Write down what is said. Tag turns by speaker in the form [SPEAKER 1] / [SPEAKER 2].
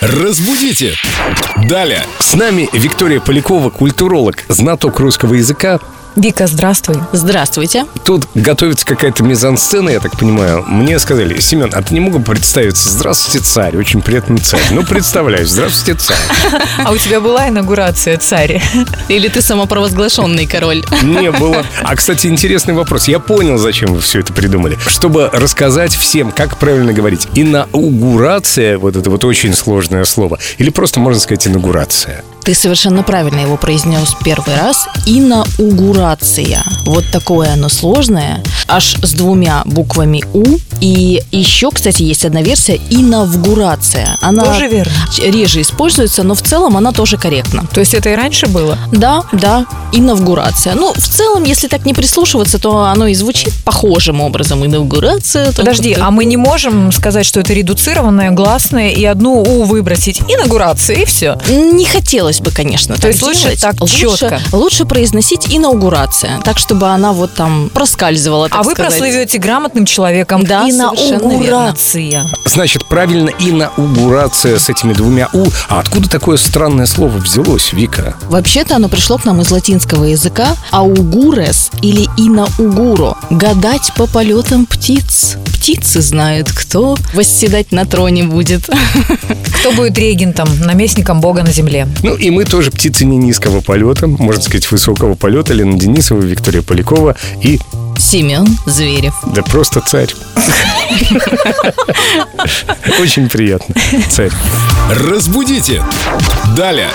[SPEAKER 1] Разбудите! Далее. С нами Виктория Полякова, культуролог, знаток русского языка.
[SPEAKER 2] Вика, здравствуй.
[SPEAKER 3] Здравствуйте.
[SPEAKER 1] Тут готовится какая-то мизансцена, я так понимаю. Мне сказали, Семен, а ты не мог бы представиться? Здравствуйте, царь. Очень приятный царь. Ну, представляюсь. Здравствуйте, царь.
[SPEAKER 2] А у тебя была инаугурация, царь?
[SPEAKER 3] Или ты самопровозглашенный король?
[SPEAKER 1] Не было. А, кстати, интересный вопрос. Я понял, зачем вы все это придумали. Чтобы рассказать всем, как правильно говорить. Инаугурация, вот это вот очень сложное слово. Или просто можно сказать инаугурация.
[SPEAKER 3] Ты совершенно правильно его произнес первый раз. Инаугурация. Вот такое оно сложное. Аж с двумя буквами «у». И еще, кстати, есть одна версия «инавгурация». Она
[SPEAKER 2] Тоже верно.
[SPEAKER 3] реже используется, но в целом она тоже корректна.
[SPEAKER 2] То есть это и раньше было?
[SPEAKER 3] Да, да, инавгурация. Ну, в целом, если так не прислушиваться, то оно и звучит похожим образом. Инаугурация. там
[SPEAKER 2] Подожди,
[SPEAKER 3] как-то.
[SPEAKER 2] а мы не можем сказать, что это редуцированное, гласное, и одну «у» выбросить? Инаугурация, и все.
[SPEAKER 3] Не хотелось бы, конечно,
[SPEAKER 2] То
[SPEAKER 3] так
[SPEAKER 2] есть лучше
[SPEAKER 3] делать.
[SPEAKER 2] так четко?
[SPEAKER 3] Лучше, лучше произносить инаугурация, так, чтобы она вот там проскальзывала, так
[SPEAKER 2] а вы
[SPEAKER 3] сказать.
[SPEAKER 2] прослывете грамотным человеком.
[SPEAKER 3] Да, совершенно верно.
[SPEAKER 2] Инаугурация.
[SPEAKER 1] Значит, правильно инаугурация с этими двумя «у». А откуда такое странное слово взялось, Вика?
[SPEAKER 3] Вообще-то оно пришло к нам из латинского языка «аугурес» или «инаугуро» — «гадать по полетам птиц». Птицы знают, кто восседать на троне будет.
[SPEAKER 2] Кто будет регентом, наместником Бога на земле?
[SPEAKER 1] Ну и мы тоже птицы не низкого полета, можно сказать, высокого полета. Лена Денисова, Виктория Полякова и
[SPEAKER 3] Семен Зверев.
[SPEAKER 1] да просто царь. Очень приятно, царь.
[SPEAKER 4] Разбудите! Далее!